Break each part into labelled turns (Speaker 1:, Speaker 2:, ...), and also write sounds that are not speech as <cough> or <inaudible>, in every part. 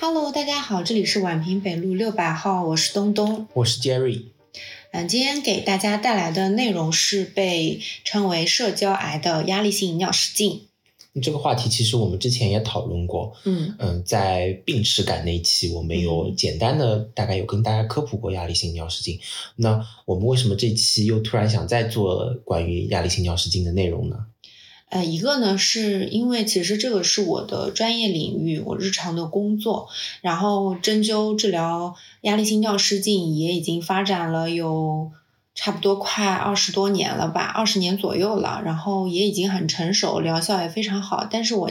Speaker 1: Hello，大家好，这里是宛平北路六百号，我是东东。
Speaker 2: 我是 Jerry。
Speaker 1: 嗯，今天给大家带来的内容是被称为社交癌的压力性尿失禁。
Speaker 2: 这个话题其实我们之前也讨论过，
Speaker 1: 嗯
Speaker 2: 嗯，在病耻感那一期，我们有
Speaker 1: 嗯
Speaker 2: 简单的大概有跟大家科普过压力性尿失禁。那我们为什么这期又突然想再做关于压力性尿失禁的内容呢？
Speaker 1: 呃，一个呢，是因为其实这个是我的专业领域，我日常的工作，然后针灸治疗压力性尿失禁也已经发展了有差不多快二十多年了吧，二十年左右了，然后也已经很成熟，疗效也非常好。但是我，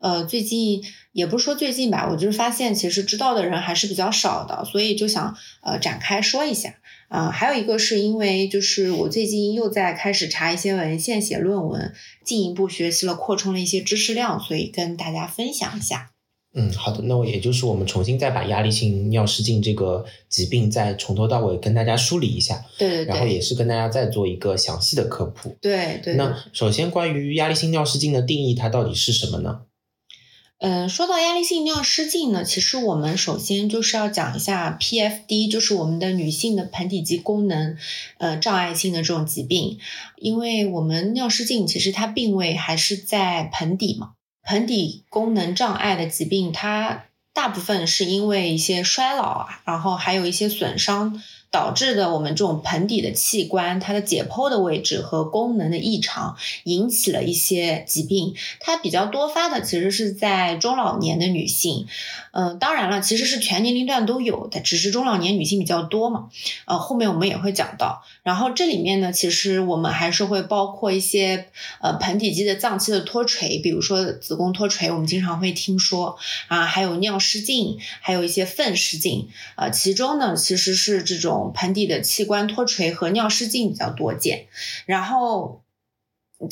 Speaker 1: 呃，最近也不是说最近吧，我就是发现其实知道的人还是比较少的，所以就想呃展开说一下。啊、还有一个是因为就是我最近又在开始查一些文献、写论文，进一步学习了、扩充了一些知识量，所以跟大家分享一下。
Speaker 2: 嗯，好的，那我也就是我们重新再把压力性尿失禁这个疾病再从头到尾跟大家梳理一下，
Speaker 1: 对对
Speaker 2: 然后
Speaker 1: 对，
Speaker 2: 也是跟大家再做一个详细的科普。
Speaker 1: 对对对。
Speaker 2: 那首先关于压力性尿失禁的定义，它到底是什么呢？
Speaker 1: 嗯，说到压力性尿失禁呢，其实我们首先就是要讲一下 PFD，就是我们的女性的盆底肌功能呃障碍性的这种疾病，因为我们尿失禁其实它病位还是在盆底嘛，盆底功能障碍的疾病，它大部分是因为一些衰老啊，然后还有一些损伤导致的我们这种盆底的器官它的解剖的位置和功能的异常，引起了一些疾病。它比较多发的其实是在中老年的女性，嗯、当然了，其实是全年龄段都有的，只是中老年女性比较多嘛。呃，后面我们也会讲到。然后这里面呢，其实我们还是会包括一些呃盆底肌的脏器的脱垂，比如说子宫脱垂，我们经常会听说啊，还有尿失禁，还有一些粪失禁。呃，其中呢，其实是这种盆底的器官脱垂和尿失禁比较多见。然后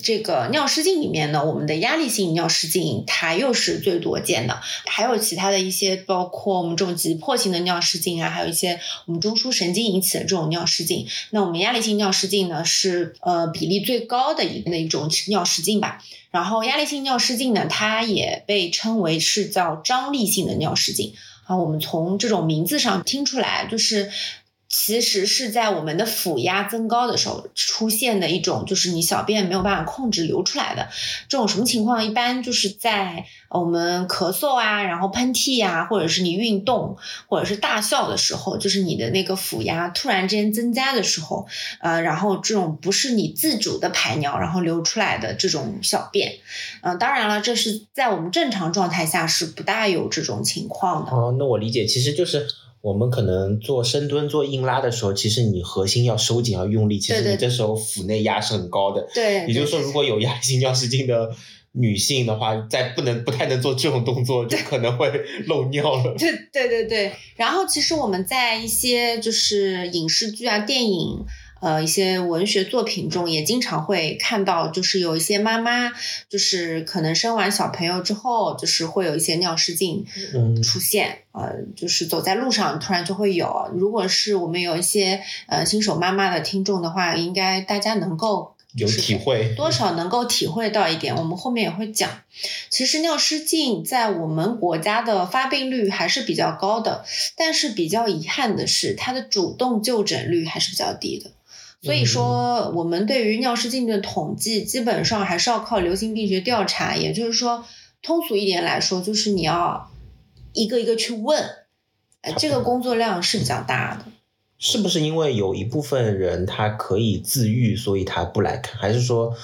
Speaker 1: 这个尿失禁里面呢，我们的压力性尿失禁它又是最多见的，还有其他的一些包括我们这种急迫性的尿失禁啊，还有一些我们中枢神经引起的这种尿失禁。那我们压力性尿失禁呢是呃比例最高的一那一种尿失禁吧。然后压力性尿失禁呢，它也被称为是叫张力性的尿失禁。啊，我们从这种名字上听出来，就是其实是在我们的腹压增高的时候出现的一种，就是你小便没有办法控制流出来的这种什么情况？一般就是在呃我们咳嗽啊，然后喷嚏呀、或者是你运动或者是大笑的时候，就是你的那个腹压突然之间增加的时候，呃，然后这种不是你自主的排尿，然后流出来的这种小便，嗯、当然了，这是在我们正常状态下是不大有这种情况的。
Speaker 2: 哦，那我理解，其实就是我们可能做深蹲、做硬拉的时候，其实你核心要收紧、要用力，其
Speaker 1: 对
Speaker 2: 实
Speaker 1: 对
Speaker 2: 你这时候腹内压是很高的。
Speaker 1: 对，
Speaker 2: 也
Speaker 1: 对
Speaker 2: 就是说，如果有压力性尿失禁的女性的话，在不能不太能做这种动作，就可能会漏尿了。
Speaker 1: 对对对对，然后其实我们在一些就是影视剧啊、电影。呃，一些文学作品中也经常会看到，就是有一些妈妈，就是可能生完小朋友之后，就是会有一些尿失禁
Speaker 2: 嗯
Speaker 1: 出现，呃，就是走在路上突然就会有。如果是我们有一些呃新手妈妈的听众的话，应该大家能够
Speaker 2: 有体会。
Speaker 1: 多少能够体会到一点，我们后面也会讲。其实尿失禁在我们国家的发病率还是比较高的，但是比较遗憾的是，它的主动就诊率还是比较低的。所以说，我们对于尿失禁的统计，基本上还是要靠流行病学调查。也就是说，通俗一点来说，就是你要一个一个去问，呃，这个工作量是比较大的。
Speaker 2: 是不是因为有一部分人他可以自愈，所以他不来看？还是说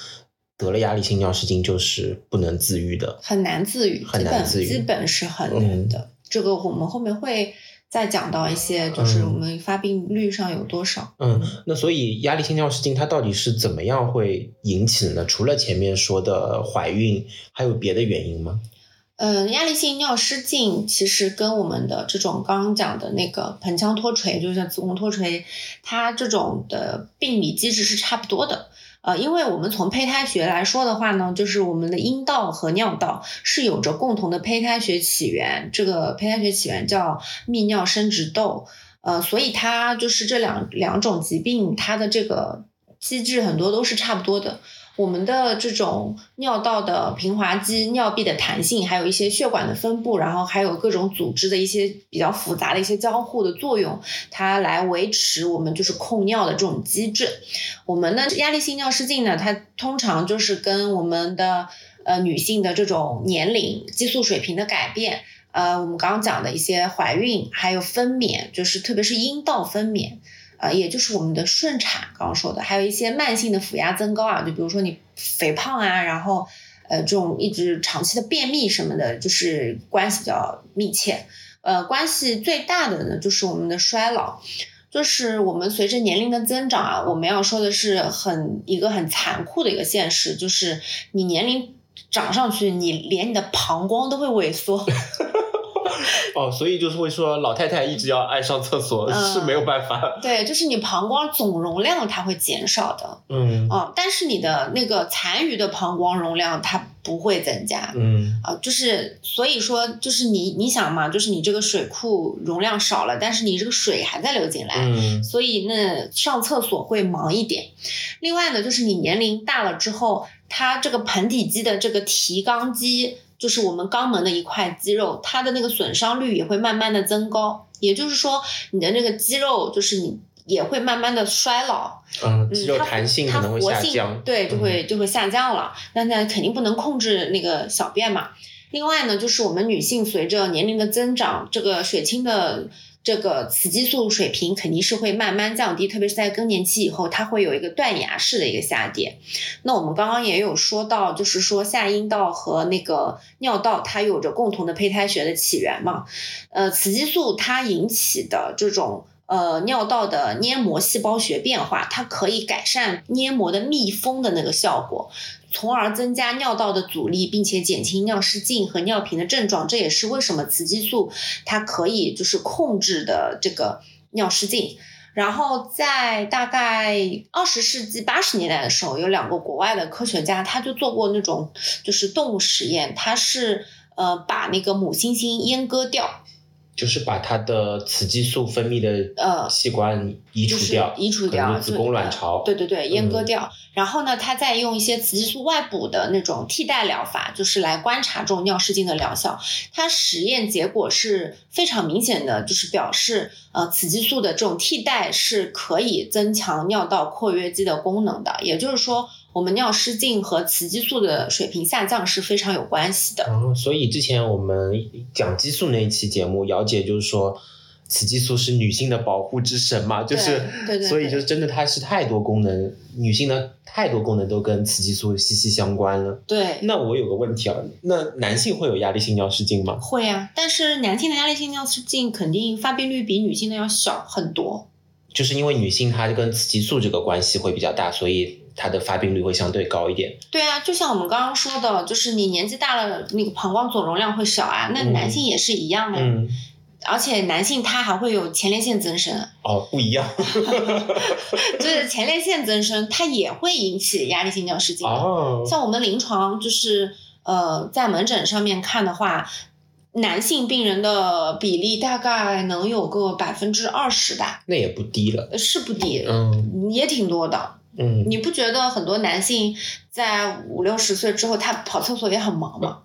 Speaker 2: 得了压力性尿失禁就是不能自愈的？
Speaker 1: 很难自愈，
Speaker 2: 很难自愈嗯
Speaker 1: 基本基本是很难的。这个我们后面会再讲到一些，就是我们发病率上有多少。
Speaker 2: 嗯，那所以压力性尿失禁它到底是怎么样会引起的呢？除了前面说的怀孕，还有别的原因吗？
Speaker 1: 嗯，压力性尿失禁其实跟我们的这种刚刚讲的那个盆腔脱垂，就是像子宫脱垂，它这种的病理机制是差不多的。呃，因为我们从胚胎学来说的话呢，就是我们的阴道和尿道是有着共同的胚胎学起源，这个胚胎学起源叫泌尿生殖窦。呃，所以它就是这两两种疾病，它的这个机制很多都是差不多的。我们的这种尿道的平滑肌、尿壁的弹性，还有一些血管的分布，然后还有各种组织的一些比较复杂的一些交互的作用，它来维持我们就是控尿的这种机制。我们呢，压力性尿失禁呢，它通常就是跟我们的呃女性的这种年龄、激素水平的改变。呃，我们刚刚讲的一些怀孕，还有分娩，就是特别是阴道分娩，呃，也就是我们的顺产，刚刚说的，还有一些慢性的腹压增高啊，就比如说你肥胖啊，然后呃这种一直长期的便秘什么的，就是关系比较密切。呃，关系最大的呢，就是我们的衰老。就是我们随着年龄的增长啊，我们要说的是很一个很残酷的一个现实，就是你年龄长上去，你连你的膀胱都会萎缩。 <laughs>
Speaker 2: 哦，所以就是会说老太太一直要爱上厕所、
Speaker 1: 嗯
Speaker 2: 是没有办法。
Speaker 1: 对，就是你膀胱总容量它会减少的，
Speaker 2: 嗯
Speaker 1: 啊、但是你的那个残余的膀胱容量它不会增加，
Speaker 2: 嗯
Speaker 1: 啊、就是所以说，就是你你想嘛，就是你这个水库容量少了，但是你这个水还在流进来，
Speaker 2: 嗯
Speaker 1: 所以那上厕所会忙一点。另外呢，就是你年龄大了之后，它这个盆底肌的这个提肛肌，就是我们肛门的一块肌肉，它的那个损伤率也会慢慢的增高。也就是说，你的那个肌肉就是你也会慢慢的衰老，
Speaker 2: 嗯，
Speaker 1: 嗯
Speaker 2: 肌肉
Speaker 1: 它
Speaker 2: 弹性
Speaker 1: 它
Speaker 2: 可能会
Speaker 1: 活
Speaker 2: 下
Speaker 1: 性
Speaker 2: 降。嗯
Speaker 1: 对，就会就会下降了。那那肯定不能控制那个小便嘛。另外呢，就是我们女性随着年龄的增长，这个血清的这个雌激素水平肯定是会慢慢降低，特别是在更年期以后，它会有一个断崖式的一个下跌。那我们刚刚也有说到，就是说下阴道和那个尿道它有着共同的胚胎学的起源嘛。呃，雌激素它引起的这种呃尿道的黏膜细胞学变化，它可以改善黏膜的密封的那个效果，从而增加尿道的阻力，并且减轻尿失禁和尿频的症状。这也是为什么雌激素它可以就是控制的这个尿失禁。然后在大概二十世纪八十年代的时候，有两个国外的科学家，他就做过那种就是动物实验，他是呃把那个母猩猩阉割掉，
Speaker 2: 就是把它的雌激素分泌的
Speaker 1: 呃
Speaker 2: 器官移
Speaker 1: 就
Speaker 2: 除
Speaker 1: 是
Speaker 2: 掉，
Speaker 1: 移除
Speaker 2: 可能
Speaker 1: 掉
Speaker 2: 就子宫卵巢。
Speaker 1: 对，呃对对，
Speaker 2: 嗯
Speaker 1: 阉割掉。然后呢，他再用一些雌激素外补的那种替代疗法，就是来观察这种尿失禁的疗效。它实验结果是非常明显的，就是表示呃雌激素的这种替代是可以增强尿道括约肌的功能的。也就是说，我们尿失禁和雌激素的水平下降是非常有关系的。
Speaker 2: 然后，嗯所以之前我们讲激素那一期节目，姚姐就是说，雌激素是女性的保护之神嘛，就是，
Speaker 1: 对对对
Speaker 2: 所以就是真的它是太多功能，女性的太多功能都跟雌激素息息相关了。
Speaker 1: 对，
Speaker 2: 那我有个问题啊，那男性会有压力性尿失禁吗？
Speaker 1: 会啊，但是男性的压力性尿失禁肯定发病率比女性的要小很多。
Speaker 2: 就是因为女性她跟雌激素这个关系会比较大，所以她的发病率会相对高一点。
Speaker 1: 对啊，就像我们刚刚说的，就是你年纪大了，那个膀胱总容量会小啊，那
Speaker 2: 嗯
Speaker 1: 男性也是一样啊。
Speaker 2: 嗯，
Speaker 1: 而且男性他还会有前列腺增生，
Speaker 2: 哦，不
Speaker 1: <laughs>
Speaker 2: 一样 <laughs>
Speaker 1: 就是前列腺增生，它也会引起压力性尿失禁的。
Speaker 2: 哦，
Speaker 1: 像我们临床就是呃，在门诊上面看的话，男性病人的比例大概能有个百分之二十吧，
Speaker 2: 那也不低了。
Speaker 1: 呃是不低，
Speaker 2: 嗯
Speaker 1: 也挺多的。
Speaker 2: 嗯，
Speaker 1: 你不觉得很多男性在五六十岁之后，他跑厕所也很忙吗？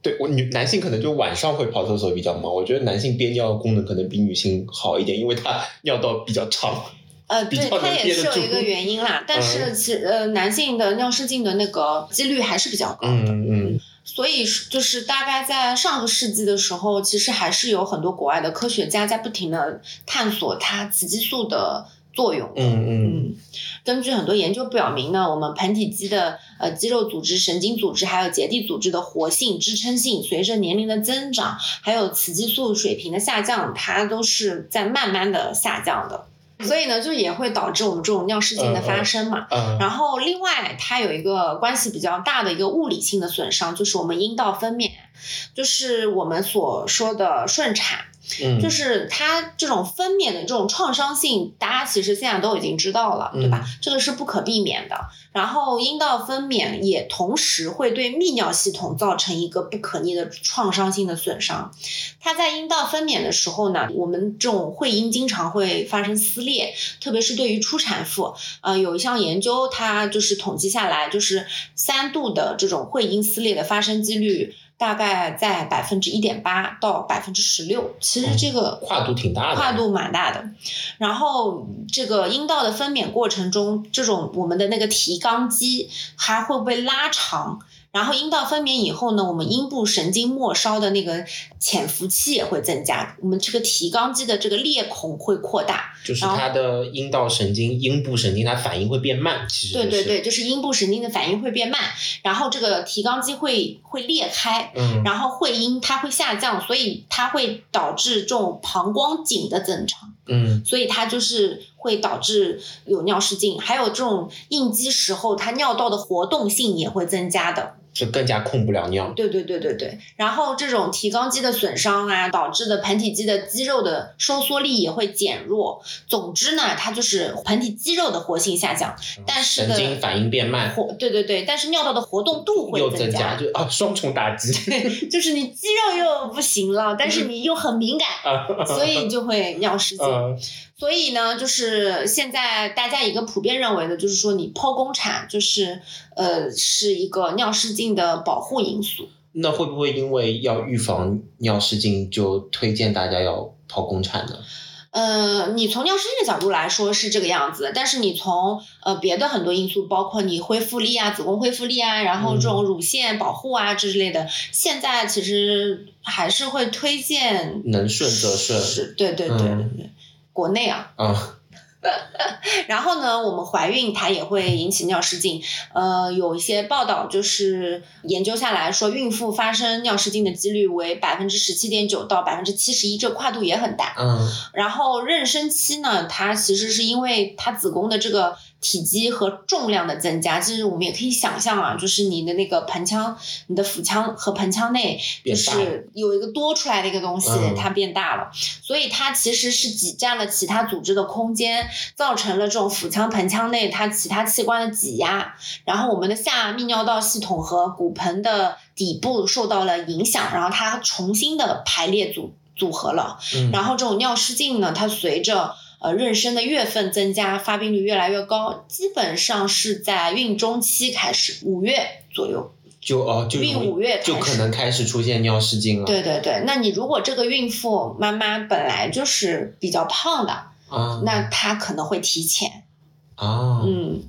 Speaker 2: 对我女男性可能就晚上会跑厕所比较忙，我觉得男性憋尿功能可能比女性好一点，因为他尿道比较长。
Speaker 1: 呃，
Speaker 2: 比
Speaker 1: 对，
Speaker 2: 较
Speaker 1: 它
Speaker 2: 能
Speaker 1: 也
Speaker 2: 憋
Speaker 1: 是
Speaker 2: 得
Speaker 1: 有一
Speaker 2: 住嗯
Speaker 1: 个原因啦，但是其呃，男性的尿失禁的那个几率还是比较高的，
Speaker 2: 嗯嗯
Speaker 1: 所以是就是大概在上个世纪的时候，其实还是有很多国外的科学家在不停的探索它雌激素的作用。
Speaker 2: 嗯嗯，
Speaker 1: 嗯，根据很多研究表明呢，我们盆底肌的呃肌肉组织、神经组织还有结缔组织的活性、支撑性，随着年龄的增长，还有雌激素水平的下降，它都是在慢慢的下降的。所以呢，就也会导致我们这种尿失禁的发生嘛。
Speaker 2: 呃
Speaker 1: 然后，另外它有一个关系比较大的一个物理性的损伤，就是我们阴道分娩，就是我们所说的顺产。
Speaker 2: 嗯，
Speaker 1: 就是它这种分娩的这种创伤性，大家其实现在都已经知道了，
Speaker 2: 嗯
Speaker 1: 对吧？这个是不可避免的。然后阴道分娩也同时会对泌尿系统造成一个不可逆的创伤性的损伤。它在阴道分娩的时候呢，我们这种会阴经常会发生撕裂，特别是对于初产妇，呃，有一项研究，它就是统计下来，就是三度的这种会阴撕裂的发生几率大概在百分之一点八到百分之十六，其实这个
Speaker 2: 哦跨度挺大的，
Speaker 1: 跨度蛮大的。然后这个阴道的分娩过程中，这种我们的那个提肛肌还会被拉长。然后阴道分娩以后呢，我们阴部神经末梢的那个潜伏期也会增加，我们这个提肛肌的这个裂孔会扩大，
Speaker 2: 就是它的阴道神经、阴部神经，它反应会变慢，其实、就
Speaker 1: 对对
Speaker 2: 是、
Speaker 1: 对，就是阴部神经的反应会变慢，然后这个提肛肌会会裂开，
Speaker 2: 嗯，
Speaker 1: 然后会阴它会下降，所以它会导致这种膀胱颈的增长，
Speaker 2: 嗯
Speaker 1: 所以它就是会导致有尿失禁，还有这种应激时候它尿道的活动性也会增加的。
Speaker 2: 就更加控不了尿。
Speaker 1: 对对对对对，然后这种提肛肌的损伤啊，导致的盆底肌的肌肉的收缩力也会减弱。总之呢，它就是盆底肌肉的活性下降，但是
Speaker 2: 神
Speaker 1: 呢
Speaker 2: 经反应变慢，
Speaker 1: 活对对对，但是尿道的活动度会
Speaker 2: 哎又
Speaker 1: 增
Speaker 2: 增加，就啊双重打击
Speaker 1: 就是你肌肉又不行了，但
Speaker 2: 嗯
Speaker 1: 是你又很敏
Speaker 2: <laughs>
Speaker 1: 感。
Speaker 2: 啊，
Speaker 1: 所以就会尿失禁，
Speaker 2: 呃
Speaker 1: 所以呢，就是现在大家一个普遍认为的，就是说你剖宫产就是呃是一个尿失禁的保护因素。
Speaker 2: 那会不会因为要预防尿失禁，就推荐大家要剖宫产呢？
Speaker 1: 呃，你从尿失禁的角度来说是这个样子，但是你从呃别的很多因素，包括你恢复力啊、子宫恢复力啊，然后这
Speaker 2: 嗯
Speaker 1: 种乳腺保护啊之类的，现在其实还是会推荐
Speaker 2: 能顺则顺
Speaker 1: 是，对对对对对，
Speaker 2: 嗯
Speaker 1: 国内啊。
Speaker 2: 啊，
Speaker 1: 然后呢，我们怀孕它也会引起尿失禁，呃，有一些报道就是研究下来说，孕妇发生尿失禁的几率为百分之十七点九到百分之七十一，这跨度也很大。
Speaker 2: 嗯
Speaker 1: 然后妊娠期呢，它其实是因为它子宫的这个体积和重量的增加，就是我们也可以想象啊，就是你的那个盆腔、你的腹腔和盆腔内，就
Speaker 2: 变大
Speaker 1: 是有一个多出来的一个东西，
Speaker 2: 嗯
Speaker 1: 它变大了，所以它其实是挤占了其他组织的空间，造成了这种腹腔、盆腔内它其他器官的挤压，然后我们的下泌尿道系统和骨盆的底部受到了影响，然后它重新的排列组组合了。
Speaker 2: 嗯，
Speaker 1: 然后这种尿失禁呢，它随着呃妊娠的月份增加，发病率越来越高，基本上是在孕中期开始，五月左右，
Speaker 2: 就哦就
Speaker 1: 孕
Speaker 2: 容易
Speaker 1: 五月开始
Speaker 2: 就可能开始出现尿失禁了。
Speaker 1: 对对对，那你如果这个孕妇妈妈本来就是比较胖的，
Speaker 2: 啊，
Speaker 1: 那她可能会提前，
Speaker 2: 啊，
Speaker 1: 嗯。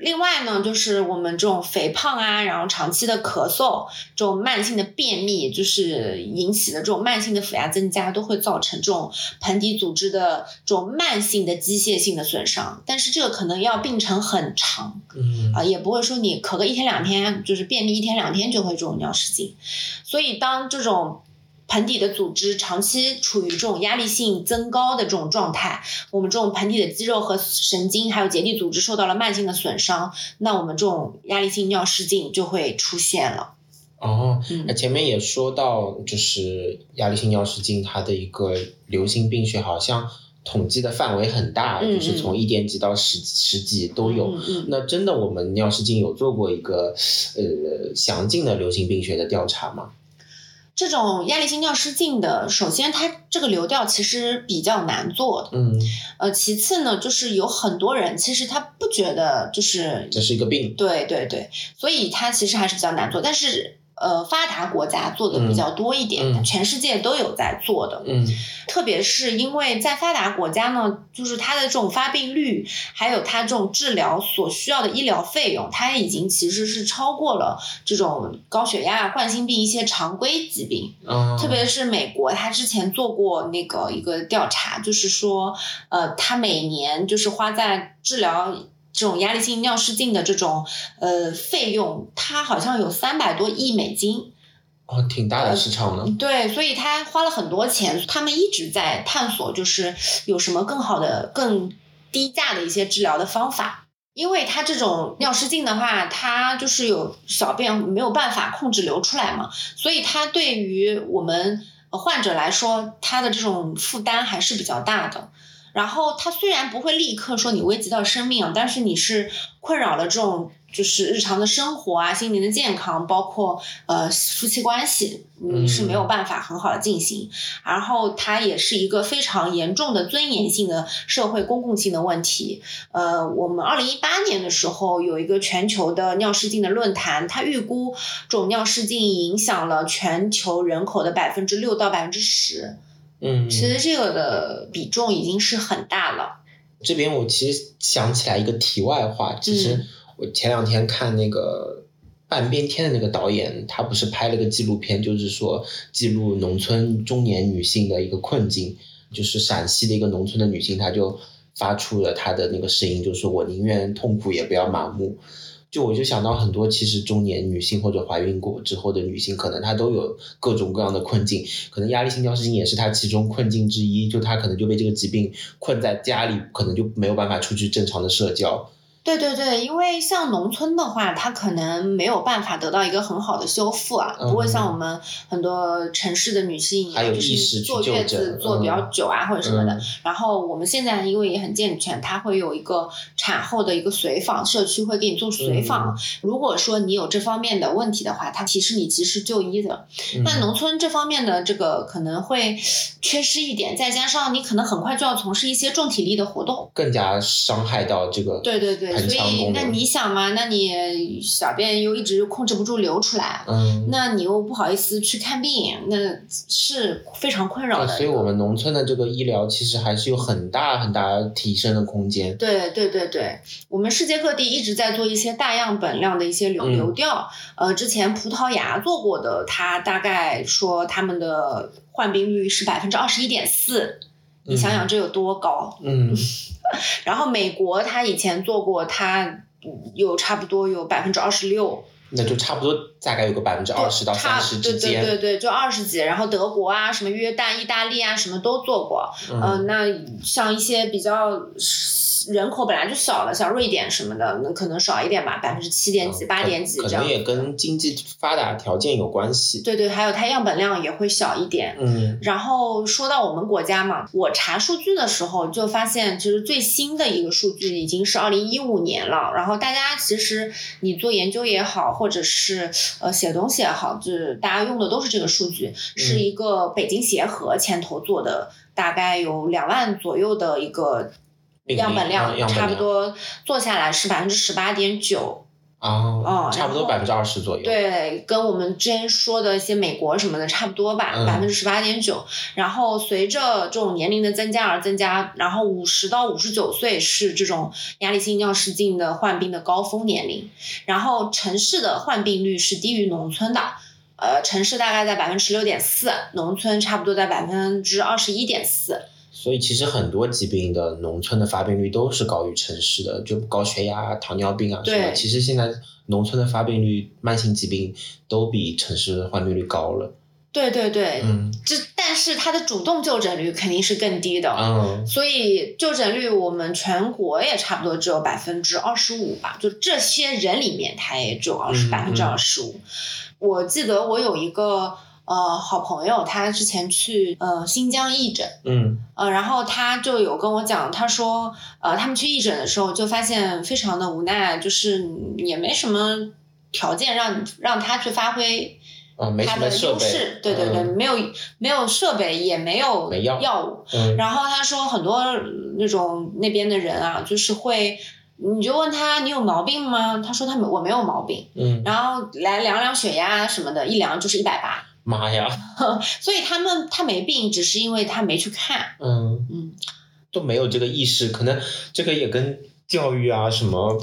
Speaker 1: 另外呢，就是我们这种肥胖啊，然后长期的咳嗽，这种慢性的便秘，就是引起的这种慢性的腹压增加，都会造成这种盆底组织的这种慢性的机械性的损伤。但是这个可能要病程很长
Speaker 2: 嗯
Speaker 1: 啊、也不会说你咳个一天两天，就是便秘一天两天就会这种尿失禁。所以当这种盆底的组织长期处于这种压力性增高的这种状态，我们这种盆底的肌肉和神经还有结缔组织受到了慢性的损伤，那我们这种压力性尿失禁就会出现了。
Speaker 2: 哦，
Speaker 1: 嗯
Speaker 2: 那，前面也说到，就是压力性尿失禁，它的一个流行病学好像统计的范围很大，
Speaker 1: 嗯
Speaker 2: 就是从一点几到十十几都有。
Speaker 1: 嗯嗯
Speaker 2: 那真的，我们尿失禁有做过一个呃详尽的流行病学的调查吗？
Speaker 1: 这种压力性尿失禁的，首先它这个流调其实比较难做的，
Speaker 2: 嗯，
Speaker 1: 呃，其次呢，就是有很多人其实他不觉得就是，
Speaker 2: 这是一个病。
Speaker 1: 对对对，所以它其实还是比较难做，但是。呃，发达国家做的比较多一点，
Speaker 2: 嗯嗯
Speaker 1: 全世界都有在做的。
Speaker 2: 嗯
Speaker 1: 特别是因为在发达国家呢，就是它的这种发病率，还有它这种治疗所需要的医疗费用，它已经其实是超过了这种高血压、冠心病一些常规疾病。
Speaker 2: 啊，
Speaker 1: 特别是美国，他之前做过那个一个调查，就是说，呃，他每年就是花在治疗这种压力性尿失禁的这种呃费用，他好像有三百多亿美金。
Speaker 2: 哦，挺大的市场呢。
Speaker 1: 对，所以他花了很多钱，他们一直在探索，就是有什么更好的、更低价的一些治疗的方法。因为他这种尿失禁的话，它就是有小便没有办法控制流出来嘛，所以它对于我们呃患者来说，他的这种负担还是比较大的。然后他虽然不会立刻说你危及到生命啊，但是你是困扰了这种就是日常的生活啊、心灵的健康，包括呃夫妻关系，你是没有办法很好的进行。然后它也是一个非常严重的尊严性的社会公共性的问题。呃，我们二零一八年的时候有一个全球的尿失禁的论坛，它预估这种尿失禁影响了全球人口的百分之六到百分之十。
Speaker 2: 嗯，
Speaker 1: 呃其实这个的比重已经是很大了。
Speaker 2: 这边我其实想起来一个题外话，其实我前两天看那个半边天的那个导演，他不是拍了个纪录片，就是说记录农村中年女性的一个困境，就是陕西的一个农村的女性，她就发出了她的那个声音，就是说我宁愿痛苦也不要麻木。就我就想到很多，其实中年女性或者怀孕过之后的女性，可能她都有各种各样的困境，可能压力性尿失禁也是她其中困境之一。就她可能就被这个疾病困在家里，可能就没有办法出去正常的社交。
Speaker 1: 对对对，因为像农村的话，它可能没有办法得到一个很好的修复啊，
Speaker 2: 嗯
Speaker 1: 不会像我们很多城市的女性一
Speaker 2: 还
Speaker 1: 样，
Speaker 2: 有
Speaker 1: 就
Speaker 2: 意识
Speaker 1: 是
Speaker 2: 去
Speaker 1: 坐
Speaker 2: 就
Speaker 1: 月
Speaker 2: 诊
Speaker 1: 子坐比较久啊、或者什么的
Speaker 2: 嗯。
Speaker 1: 然后我们现在因为也很健全，它会有一个产后的一个随访，社区会给你做随
Speaker 2: 嗯
Speaker 1: 访。如果说你有这方面的问题的话，它提示你及时就医的。
Speaker 2: 嗯
Speaker 1: 那农村这方面的这个可能会 <sniffs> 缺失一点，再加上你可能很快就要从事一些重体力的活动。
Speaker 2: 更加伤害到这个
Speaker 1: 对对对，
Speaker 2: 盆
Speaker 1: 所
Speaker 2: 腔
Speaker 1: 以
Speaker 2: 功
Speaker 1: 那
Speaker 2: 能。
Speaker 1: 你想嘛，那你小便又一直控制不住流出来，
Speaker 2: 嗯，
Speaker 1: 那你又不好意思去看病，那是非常困扰
Speaker 2: 对
Speaker 1: 的。
Speaker 2: 啊所以我们农村的这个医疗其实还是有很大很大提升的空间。
Speaker 1: 对对对对，我们世界各地一直在做一些大样本量的一些流
Speaker 2: 嗯
Speaker 1: 流调。呃，之前葡萄牙做过的，它大概说他们的患病率是百分之二十一点四，你想想这有多高？
Speaker 2: 嗯，
Speaker 1: 然后美国它以前做过，它有差不多有百分之二十六，
Speaker 2: 那就差不多大概有个百分之
Speaker 1: 对
Speaker 2: 二十到
Speaker 1: 差
Speaker 2: 三十
Speaker 1: 对
Speaker 2: 之
Speaker 1: 对
Speaker 2: 间。
Speaker 1: 对对，就二十几。然后德国啊，什么约旦、意大利啊，什么都做过。嗯、
Speaker 2: 嗯
Speaker 1: 那像一些比较人口本来就小了，像瑞典什么的，那可能少一点吧，百分之七点几、
Speaker 2: 嗯
Speaker 1: 八
Speaker 2: 可
Speaker 1: 点几
Speaker 2: 可
Speaker 1: 这样
Speaker 2: 能。也跟经济发达条件有关系。
Speaker 1: 对对，还有它样本量也会小一点。
Speaker 2: 嗯
Speaker 1: 然后说到我们国家嘛，我查数据的时候就发现，其实最新的一个数据已经是二零一五年了。然后大家其实你做研究也好，或者是呃写东西也好，就是大家用的都是这个数据，是
Speaker 2: 嗯
Speaker 1: 一个北京协和牵头做的，大概有两万左右的一个。
Speaker 2: 病例
Speaker 1: 样本
Speaker 2: 嗯样本量
Speaker 1: 差不多做下来是百分之十八点九，
Speaker 2: 啊，
Speaker 1: 哦
Speaker 2: 差不多百
Speaker 1: 然
Speaker 2: 分之二十左右。，
Speaker 1: 对，跟我们之前说的一些美国什么的差不多吧，
Speaker 2: 嗯
Speaker 1: 百分之十八点九。然后随着这种年龄的增加而增加，然后五十到五十九岁是这种压力性尿失禁的患病的高峰年龄。然后城市的患病率是低于农村的，呃，城市大概在百分之十六点四，农村差不多在百分之二十一点四。
Speaker 2: 所以其实很多疾病的农村的发病率都是高于城市的，就高血压、糖尿病啊什么的。
Speaker 1: 对
Speaker 2: 其实现在农村的发病率、慢性疾病都比城市的患病率高了。
Speaker 1: 对对对，
Speaker 2: 嗯
Speaker 1: 这但是它的主动就诊率肯定是更低的。
Speaker 2: 嗯，
Speaker 1: 所以就诊率，我们全国也差不多只有百分之二十五吧，就这些人里面，他也只有二十
Speaker 2: 嗯
Speaker 1: 百分
Speaker 2: 嗯
Speaker 1: 之二十五。我记得我有一个呃好朋友，他之前去呃新疆义诊，
Speaker 2: 嗯
Speaker 1: 呃，然后他就有跟我讲，他说呃他们去义诊的时候就发现非常的无奈，就是也没什么条件让你让他去发挥
Speaker 2: 啊，没
Speaker 1: 他
Speaker 2: 什
Speaker 1: 的
Speaker 2: 么设
Speaker 1: 优
Speaker 2: 备
Speaker 1: 势，，对对对，
Speaker 2: 嗯
Speaker 1: 没有没有设备，也没有
Speaker 2: 没药
Speaker 1: 药物。
Speaker 2: 嗯
Speaker 1: 然后他说很多那种那边的人啊，就是会，你就问他你有毛病吗？他说他没我没有毛病，
Speaker 2: 嗯，
Speaker 1: 然后来量量血压什么的，一量就是一百八，
Speaker 2: 妈呀，
Speaker 1: 所以他们他没病，只是因为他没去看，
Speaker 2: 嗯，
Speaker 1: 嗯，
Speaker 2: 都没有这个意识，可能这个也跟教育啊什么，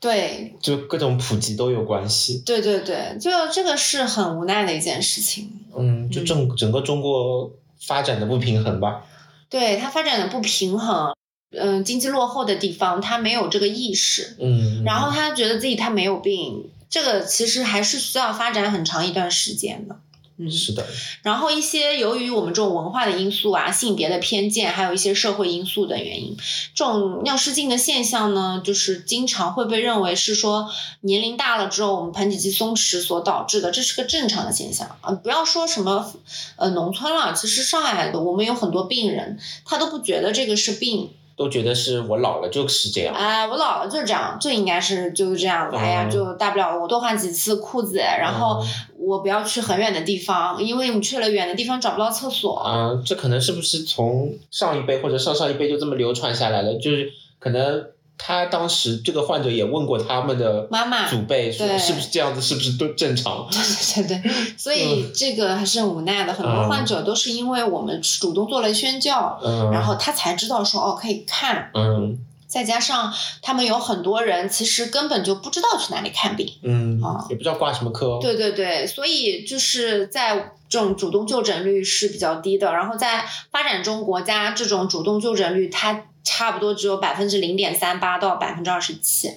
Speaker 1: 对
Speaker 2: 就各种普及都有关系。
Speaker 1: 对对对，就这个是很无奈的一件事情，
Speaker 2: 嗯，就整整个中国发展的不平衡吧。
Speaker 1: 对它发展的不平衡，嗯、经济落后的地方他没有这个意识，
Speaker 2: 嗯，
Speaker 1: 然后他觉得自己他没有病，这个其实还是需要发展很长一段时间的。嗯，
Speaker 2: 是的，
Speaker 1: 然后一些由于我们这种文化的因素啊、性别的偏见，还有一些社会因素的原因，这种尿失禁的现象呢，就是经常会被认为是说年龄大了之后我们盆底肌松弛所导致的，这是个正常的现象啊。不要说什么呃农村了，其实上海的我们有很多病人，他都不觉得这个是病。
Speaker 2: 都觉得是我老了就是这样。
Speaker 1: 哎，我老了就是这样，就应该是就是这样。哎呀，
Speaker 2: 嗯
Speaker 1: 就大不了我多换几次裤子，然后我不要去很远的地方，因为你去了远的地方找不到厕所。
Speaker 2: 啊、这可能是不是从上一辈或者上上一辈就这么流传下来的？就是可能他当时这个患者也问过他们的
Speaker 1: 妈妈
Speaker 2: 祖辈，
Speaker 1: 对
Speaker 2: 说是不是这样子，是不是都正 <laughs> 常？
Speaker 1: 对对对，所以这个还是很无奈的。很多
Speaker 2: 嗯
Speaker 1: 患者都是因为我们主动做了宣教，
Speaker 2: 嗯，
Speaker 1: 然后他才知道说哦可以看，
Speaker 2: 嗯
Speaker 1: 再加上他们有很多人其实根本就不知道去哪里看病。
Speaker 2: 嗯
Speaker 1: 哦，
Speaker 2: 也不知道挂什么科哦。
Speaker 1: 对对对，所以就是在这种主动就诊率是比较低的，然后在发展中国家这种主动就诊率它差不多只有百分之零点三八到百分之二十七，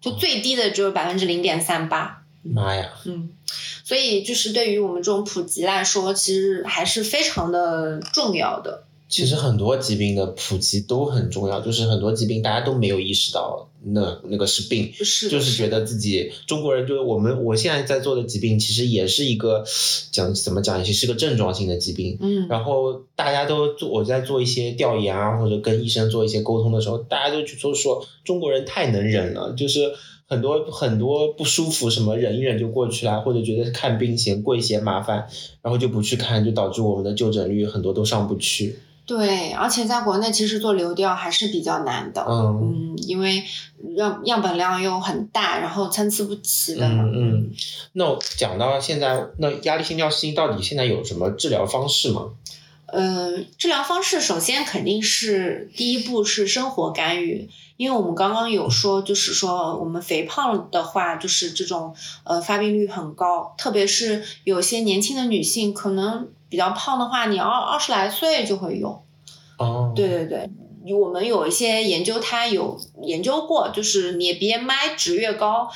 Speaker 1: 就最低的只有百分之零点三八。
Speaker 2: 妈呀，
Speaker 1: 嗯，所以就是对于我们这种普及来说，其实还是非常的重要的。
Speaker 2: 其实很多疾病的普及都很重要，就是很多疾病大家都没有意识到那那个是病，
Speaker 1: 是的，
Speaker 2: 就是觉得自己中国人就是我们我现在在做的疾病，其实也是一个讲怎么讲，也是个症状性的疾病。
Speaker 1: 嗯，
Speaker 2: 然后大家都做，我在做一些调研啊，或者跟医生做一些沟通的时候，大家都去都说中国人太能忍了，就是很多很多不舒服什么忍一忍就过去啦，或者觉得看病嫌贵嫌麻烦，然后就不去看，就导致我们的就诊率很多都上不去。
Speaker 1: 对，而且在国内其实做流调还是比较难的。
Speaker 2: 嗯，
Speaker 1: 嗯，因为样样本量又很大，然后参差不齐的嘛。
Speaker 2: 嗯那我讲到现在，那压力性尿失禁到底现在有什么治疗方式吗？
Speaker 1: 呃，治疗方式首先肯定是第一步是生活干预，因为我们刚刚有说，就是说我们肥胖的话，就是这种呃发病率很高，特别是有些年轻的女性，可能比较胖的话，你二二十来岁就会有。
Speaker 2: 哦，
Speaker 1: 对，对对。我们有一些研究，它有研究过，就是你 BMI 值越高，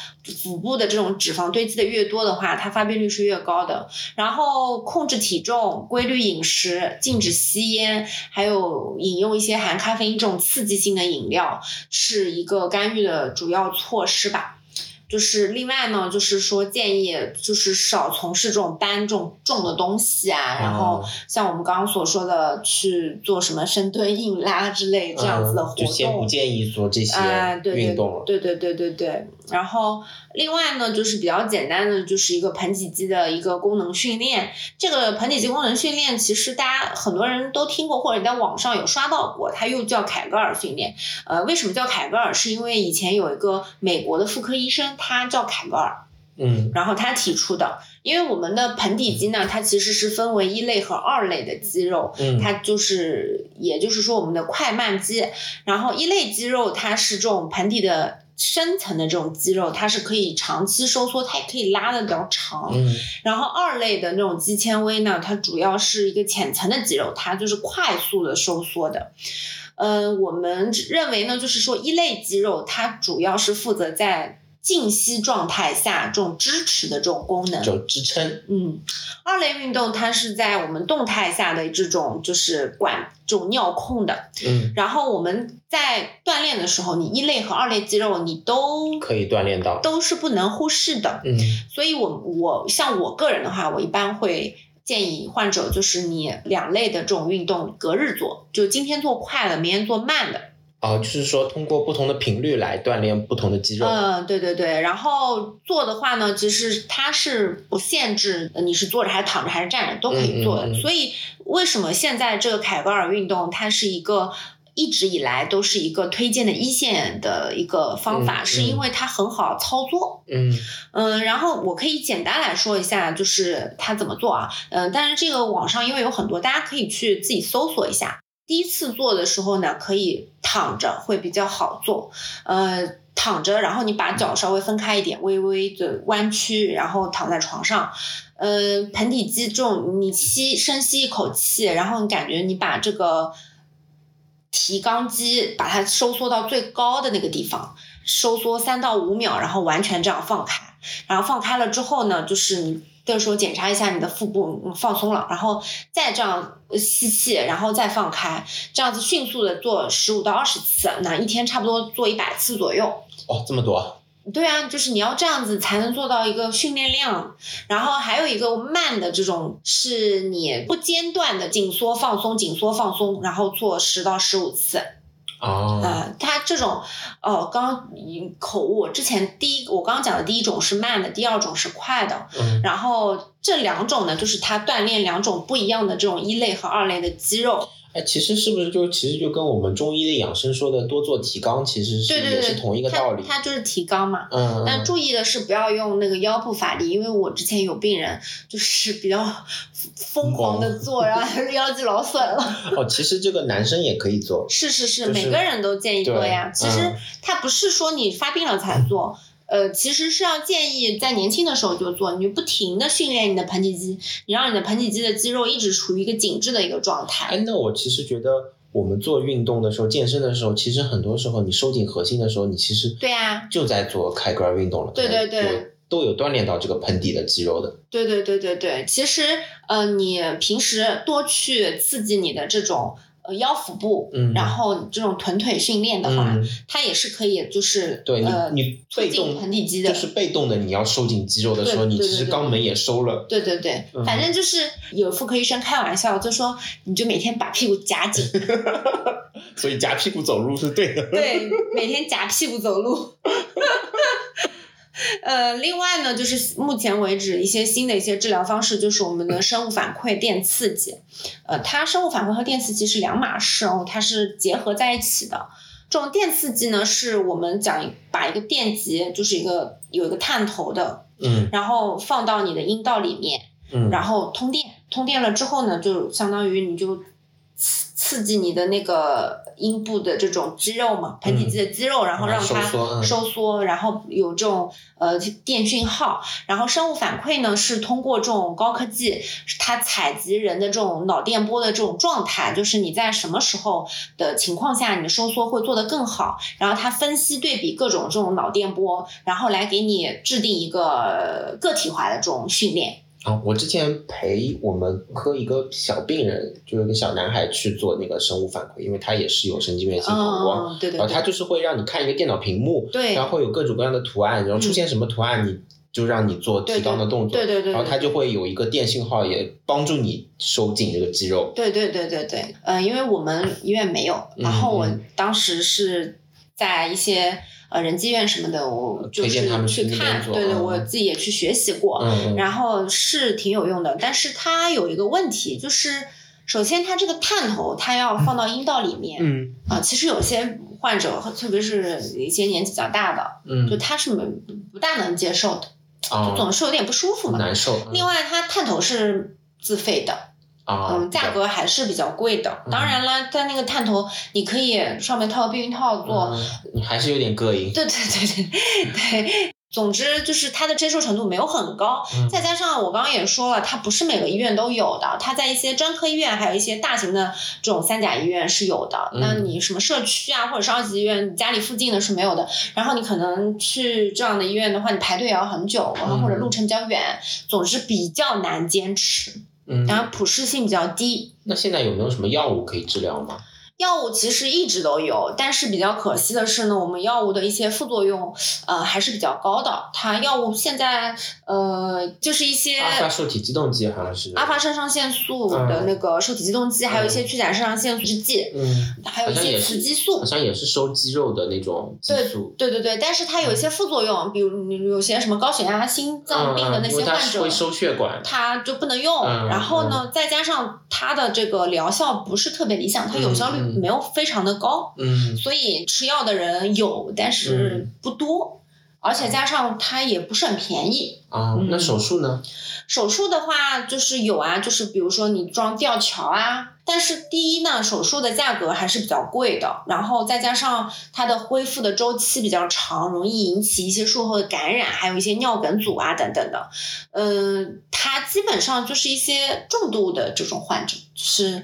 Speaker 1: 腹部的这种脂肪堆积的越多的话，它发病率是越高的。然后控制体重、规律饮食、禁止吸烟，还有饮用一些含咖啡因这种刺激性的饮料，是一个干预的主要措施吧。就是另外呢，就是说建议就是少从事这种搬这种重的东西啊，然后
Speaker 2: 哦
Speaker 1: 像我们刚刚所说的去做什么深蹲、硬拉之类这样子的活
Speaker 2: 嗯就先不
Speaker 1: 动。
Speaker 2: 建议做这些
Speaker 1: 啊，对对
Speaker 2: 运动了。
Speaker 1: 对对对对对，然后另外呢，就是比较简单的，就是一个盆底肌的一个功能训练。这个盆底肌功能训练，其实大家很多人都听过，或者你在网上有刷到过，它又叫凯格尔训练。呃，为什么叫凯格尔？是因为以前有一个美国的妇科医生，他叫凯格尔，
Speaker 2: 嗯
Speaker 1: 然后他提出的。因为我们的盆底肌呢，它其实是分为一类和二类的肌肉，
Speaker 2: 嗯，
Speaker 1: 它就是，也就是说我们的快慢肌，然后一类肌肉它是这种盆底的深层的这种肌肉，它是可以长期收缩，它也可以拉的比较长。
Speaker 2: 嗯
Speaker 1: 然后二类的那种肌纤维呢，它主要是一个浅层的肌肉，它就是快速的收缩的。呃，我们认为呢，就是说一类肌肉它主要是负责在静息状态下这种支持的这种功能，
Speaker 2: 就支撑。
Speaker 1: 嗯，二类运动它是在我们动态下的这种就是管这种尿控的，
Speaker 2: 嗯，
Speaker 1: 然后我们在锻炼的时候，你一类和二类肌肉你都
Speaker 2: 可以锻炼到。
Speaker 1: 都是不能忽视的，
Speaker 2: 嗯
Speaker 1: 所以我我像我个人的话，我一般会。建议患者就是你两类的这种运动隔日做，就今天做快的，明天做慢的，
Speaker 2: 啊，就是说通过不同的频率来锻炼不同的肌肉。
Speaker 1: 嗯，对对对，然后做的话呢，其实它是不限制呃你是坐着还是躺着还是站着都可以做的，
Speaker 2: 嗯嗯嗯
Speaker 1: 所以为什么现在这个凯格尔运动它是一个。一直以来都是一个推荐的一线的一个方法，
Speaker 2: 嗯
Speaker 1: 是因为它很好操作。
Speaker 2: 嗯
Speaker 1: 嗯，然后我可以简单来说一下，就是它怎么做啊？嗯，但是这个网上因为有很多，大家可以去自己搜索一下。第一次做的时候呢，可以躺着会比较好做，呃，躺着，然后你把脚稍微分开一点，微微的弯曲，然后躺在床上，呃，盆底肌这种，你吸深吸一口气，然后你感觉你把这个提肛肌把它收缩到最高的那个地方，收缩三到五秒，然后完全这样放开，然后放开了之后呢，就是你这时候检查一下你的腹部、嗯放松了，然后再这样呃吸气，然后再放开，这样子迅速的做十五到二十次，那一天差不多做一百次左右。
Speaker 2: 哦，这么多，
Speaker 1: 对啊，就是你要这样子才能做到一个训练量，然后还有一个慢的这种，是你不间断的紧缩放松紧缩放松，然后做十到十五次。
Speaker 2: 哦，
Speaker 1: 呃，它这种哦，刚刚你口误，之前第一我刚刚讲的第一种是慢的，第二种是快的，
Speaker 2: 嗯，
Speaker 1: 然后这两种呢，就是它锻炼两种不一样的这种一类和二类的肌肉。
Speaker 2: 哎，其实是不是就其实就跟我们中医的养生说的多做提纲，其实是
Speaker 1: 对对
Speaker 2: 也是
Speaker 1: 对，
Speaker 2: 同一个
Speaker 1: 它
Speaker 2: 道理。
Speaker 1: 它就是提纲嘛。
Speaker 2: 嗯，
Speaker 1: 但注意的是，不要用那个腰部发力，因为我之前有病人就是比较疯狂的做，然后腰肌劳损了。 <laughs>
Speaker 2: 哦，其实这个男生也可以做。
Speaker 1: 是是是，
Speaker 2: 就是
Speaker 1: 每个人都建议做呀。
Speaker 2: 对
Speaker 1: 其实
Speaker 2: 嗯
Speaker 1: 它不是说你发病了才做，呃，其实是要建议在年轻的时候就做，你不停的训练你的盆底肌，你让你的盆底肌的肌肉一直处于一个紧致的一个状态。
Speaker 2: 哎，那我其实觉得我们做运动的时候、健身的时候，其实很多时候你收紧核心的时候，你其实
Speaker 1: 对啊
Speaker 2: 就在做开膈运动了。
Speaker 1: 对对对
Speaker 2: 有，都有锻炼到这个盆底的肌肉的。
Speaker 1: 对对对对对，其实呃，你平时多去刺激你的这种呃腰腹部，
Speaker 2: 嗯
Speaker 1: 然后这种臀腿训练的话，
Speaker 2: 嗯，
Speaker 1: 它也是可以就是
Speaker 2: 对你、
Speaker 1: 呃
Speaker 2: 你
Speaker 1: 促
Speaker 2: 被
Speaker 1: 进
Speaker 2: 动
Speaker 1: 盆底肌的，
Speaker 2: 就是被动的，你要收紧肌肉的时候，
Speaker 1: 对
Speaker 2: 你
Speaker 1: 对
Speaker 2: 其实
Speaker 1: 对对
Speaker 2: 肛门也收了。
Speaker 1: 对对对，
Speaker 2: 嗯
Speaker 1: 反正就是有妇科医生开玩笑就说，你就每天把屁股夹紧，
Speaker 2: 所以夹屁股走路是对 <laughs> 的。
Speaker 1: 对，每天夹屁股走路。 <laughs> 呃，另外呢，就是目前为止一些新的一些治疗方式，就是我们的生物反馈电刺激。呃，它生物反馈和电刺激是两码事哦，它是结合在一起的。这种电刺激呢，是我们讲把一个电极，就是一个有一个探头的，
Speaker 2: 嗯
Speaker 1: 然后放到你的阴道里面，
Speaker 2: <laughs> 嗯，
Speaker 1: 然后通电，通电了之后呢，就相当于你就刺刺激你的那个阴部的这种肌肉嘛，盆底肌的肌肉，然后
Speaker 2: 让
Speaker 1: 让
Speaker 2: 它收缩
Speaker 1: 它
Speaker 2: 嗯
Speaker 1: 收缩，然后有这种呃电讯号，然后生物反馈呢是通过这种高科技，它采集人的这种脑电波的这种状态，就是你在什么时候的情况下，你的收缩会做得更好，然后它分析对比各种这种脑电波，然后来给你制定一个呃个体化的这种训练。
Speaker 2: 啊，我之前陪我们科一个小病人，就有一个小男孩去做那个生物反馈，因为他也是有神经元性膀胱，
Speaker 1: 嗯，对对
Speaker 2: 然后他
Speaker 1: 对，
Speaker 2: 就是会让你看一个电脑屏幕，
Speaker 1: 对嗯
Speaker 2: 然后会有各种各样的图案，然后出现什么图案，你就让你做
Speaker 1: 对
Speaker 2: 提纲的动作，
Speaker 1: 对对对，
Speaker 2: 然后它就会有一个电信号，也帮助你收紧这个肌肉。
Speaker 1: 对对对对对，呃，因为我们医院没有，
Speaker 2: 嗯
Speaker 1: 然后我
Speaker 2: 嗯
Speaker 1: 当时是在一些呃仁济院什么的，我就
Speaker 2: 呃推荐
Speaker 1: 是
Speaker 2: 他们去
Speaker 1: 去
Speaker 2: 那边
Speaker 1: 看，
Speaker 2: 做
Speaker 1: 对对，
Speaker 2: 嗯
Speaker 1: 我自己也去学习过，
Speaker 2: 嗯嗯
Speaker 1: 然后是挺有用的，但是它有一个问题，就是首先它这个探头它要放到阴道里面
Speaker 2: 嗯
Speaker 1: 啊、其实有些患者，特别是一些年纪比较大的，
Speaker 2: 嗯，
Speaker 1: 就他是没不大能接受的，就
Speaker 2: 啊
Speaker 1: 总是有点不舒服嘛。
Speaker 2: 难受。嗯
Speaker 1: 另外，它探头是自费的，
Speaker 2: 啊，
Speaker 1: 嗯，价格还是比较贵的。
Speaker 2: 嗯
Speaker 1: 当然啦，在那个探头，你可以上面套个避孕套做，
Speaker 2: 嗯你还是有点膈
Speaker 1: <laughs>
Speaker 2: 应。
Speaker 1: 对对对对对。 <laughs> 总之就是它的接受程度没有很高，
Speaker 2: 嗯
Speaker 1: 再加上我刚刚也说了，它不是每个医院都有的，它在一些专科医院，还有一些大型的这种三甲医院是有的。
Speaker 2: 嗯
Speaker 1: 那你什么社区啊，或者是二级医院，你家里附近的是没有的。然后你可能去这样的医院的话，你排队也要很久，然后或者
Speaker 2: 嗯
Speaker 1: 路程比较远，总之比较难坚持，
Speaker 2: 嗯，
Speaker 1: 然后普适性比较低。
Speaker 2: 那现在有没有什么药物可以治疗吗？
Speaker 1: 药物其实一直都有，但是比较可惜的是呢，我们药物的一些副作用，呃，还是比较高的。它药物现在，呃，就是一些
Speaker 2: 阿法受体激动剂好像是。
Speaker 1: 阿法。肾上腺素的
Speaker 2: 嗯
Speaker 1: 那个受体激动剂，还有一些
Speaker 2: 嗯
Speaker 1: 去甲肾上腺素制剂，
Speaker 2: 嗯，
Speaker 1: 还有一
Speaker 2: 好像
Speaker 1: 些
Speaker 2: 也
Speaker 1: 雌
Speaker 2: 是
Speaker 1: 激素
Speaker 2: 好。像也是收肌肉的那种激素。
Speaker 1: 对对对，但是它有一
Speaker 2: 嗯
Speaker 1: 些副作用，比如你有些什么高血压、心脏病的那
Speaker 2: 嗯嗯因为
Speaker 1: 些
Speaker 2: 它
Speaker 1: 患者，
Speaker 2: 会收血管。
Speaker 1: 它就不能用。
Speaker 2: 嗯
Speaker 1: 然后呢，再加上它的这个疗效不是特别理想，它有效率
Speaker 2: 嗯嗯
Speaker 1: 没有非常的高。
Speaker 2: 嗯
Speaker 1: 所以吃药的人有，但是不多，而且加上它也不是很便宜。
Speaker 2: 啊，那
Speaker 1: 嗯
Speaker 2: 手术呢？
Speaker 1: 手术的话就是有啊，就是比如说你装吊桥啊，但是第一呢，手术的价格还是比较贵的，然后再加上它的恢复的周期比较长，容易引起一些术后的感染，还有一些尿梗阻啊等等的。呃嗯，它基本上就是一些重度的这种患者，就是。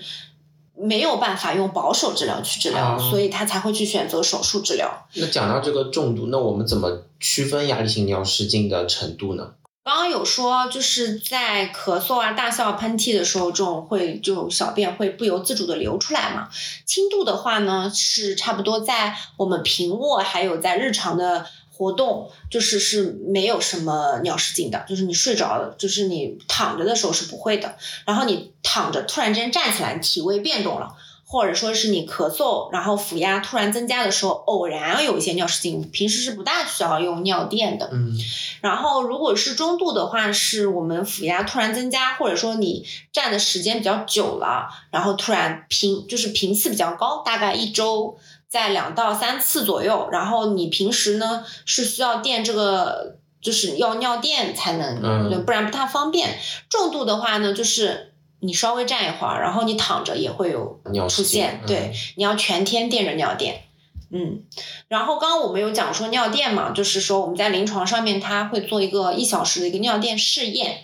Speaker 1: 没有办法用保守治疗去治疗，
Speaker 2: 啊
Speaker 1: 所以他才会去选择手术治疗。
Speaker 2: 那讲到这个重度，那我们怎么区分压力性尿失禁的程度呢？
Speaker 1: 刚刚有说，就是在咳嗽啊、大笑、喷嚏的时候，这种会就小便会不由自主的流出来嘛。轻度的话呢，是差不多在我们平卧还有在日常的活动，就是是没有什么尿失禁的，就是你睡着了，就是你躺着的时候是不会的。然后你躺着突然间站起来，你体位变动了。或者说是你咳嗽，然后腹压突然增加的时候，偶然有一些尿失禁，平时是不大需要用尿垫的。
Speaker 2: 嗯，
Speaker 1: 然后如果是中度的话，是我们腹压突然增加，或者说你站的时间比较久了，然后突然频就是频次比较高，大概一周在两到三次左右。然后你平时呢是需要垫这个。就是要尿垫才能，
Speaker 2: 嗯
Speaker 1: 对不然不太方便。重度的话呢，就是你稍微站一会儿，然后你躺着也会有
Speaker 2: 尿
Speaker 1: 出
Speaker 2: 失禁嗯
Speaker 1: 现，对，你要全天垫着尿垫。嗯，然后刚刚我们有讲说尿垫嘛，就是说我们在临床上面，它会做一个一小时的一个尿垫试验。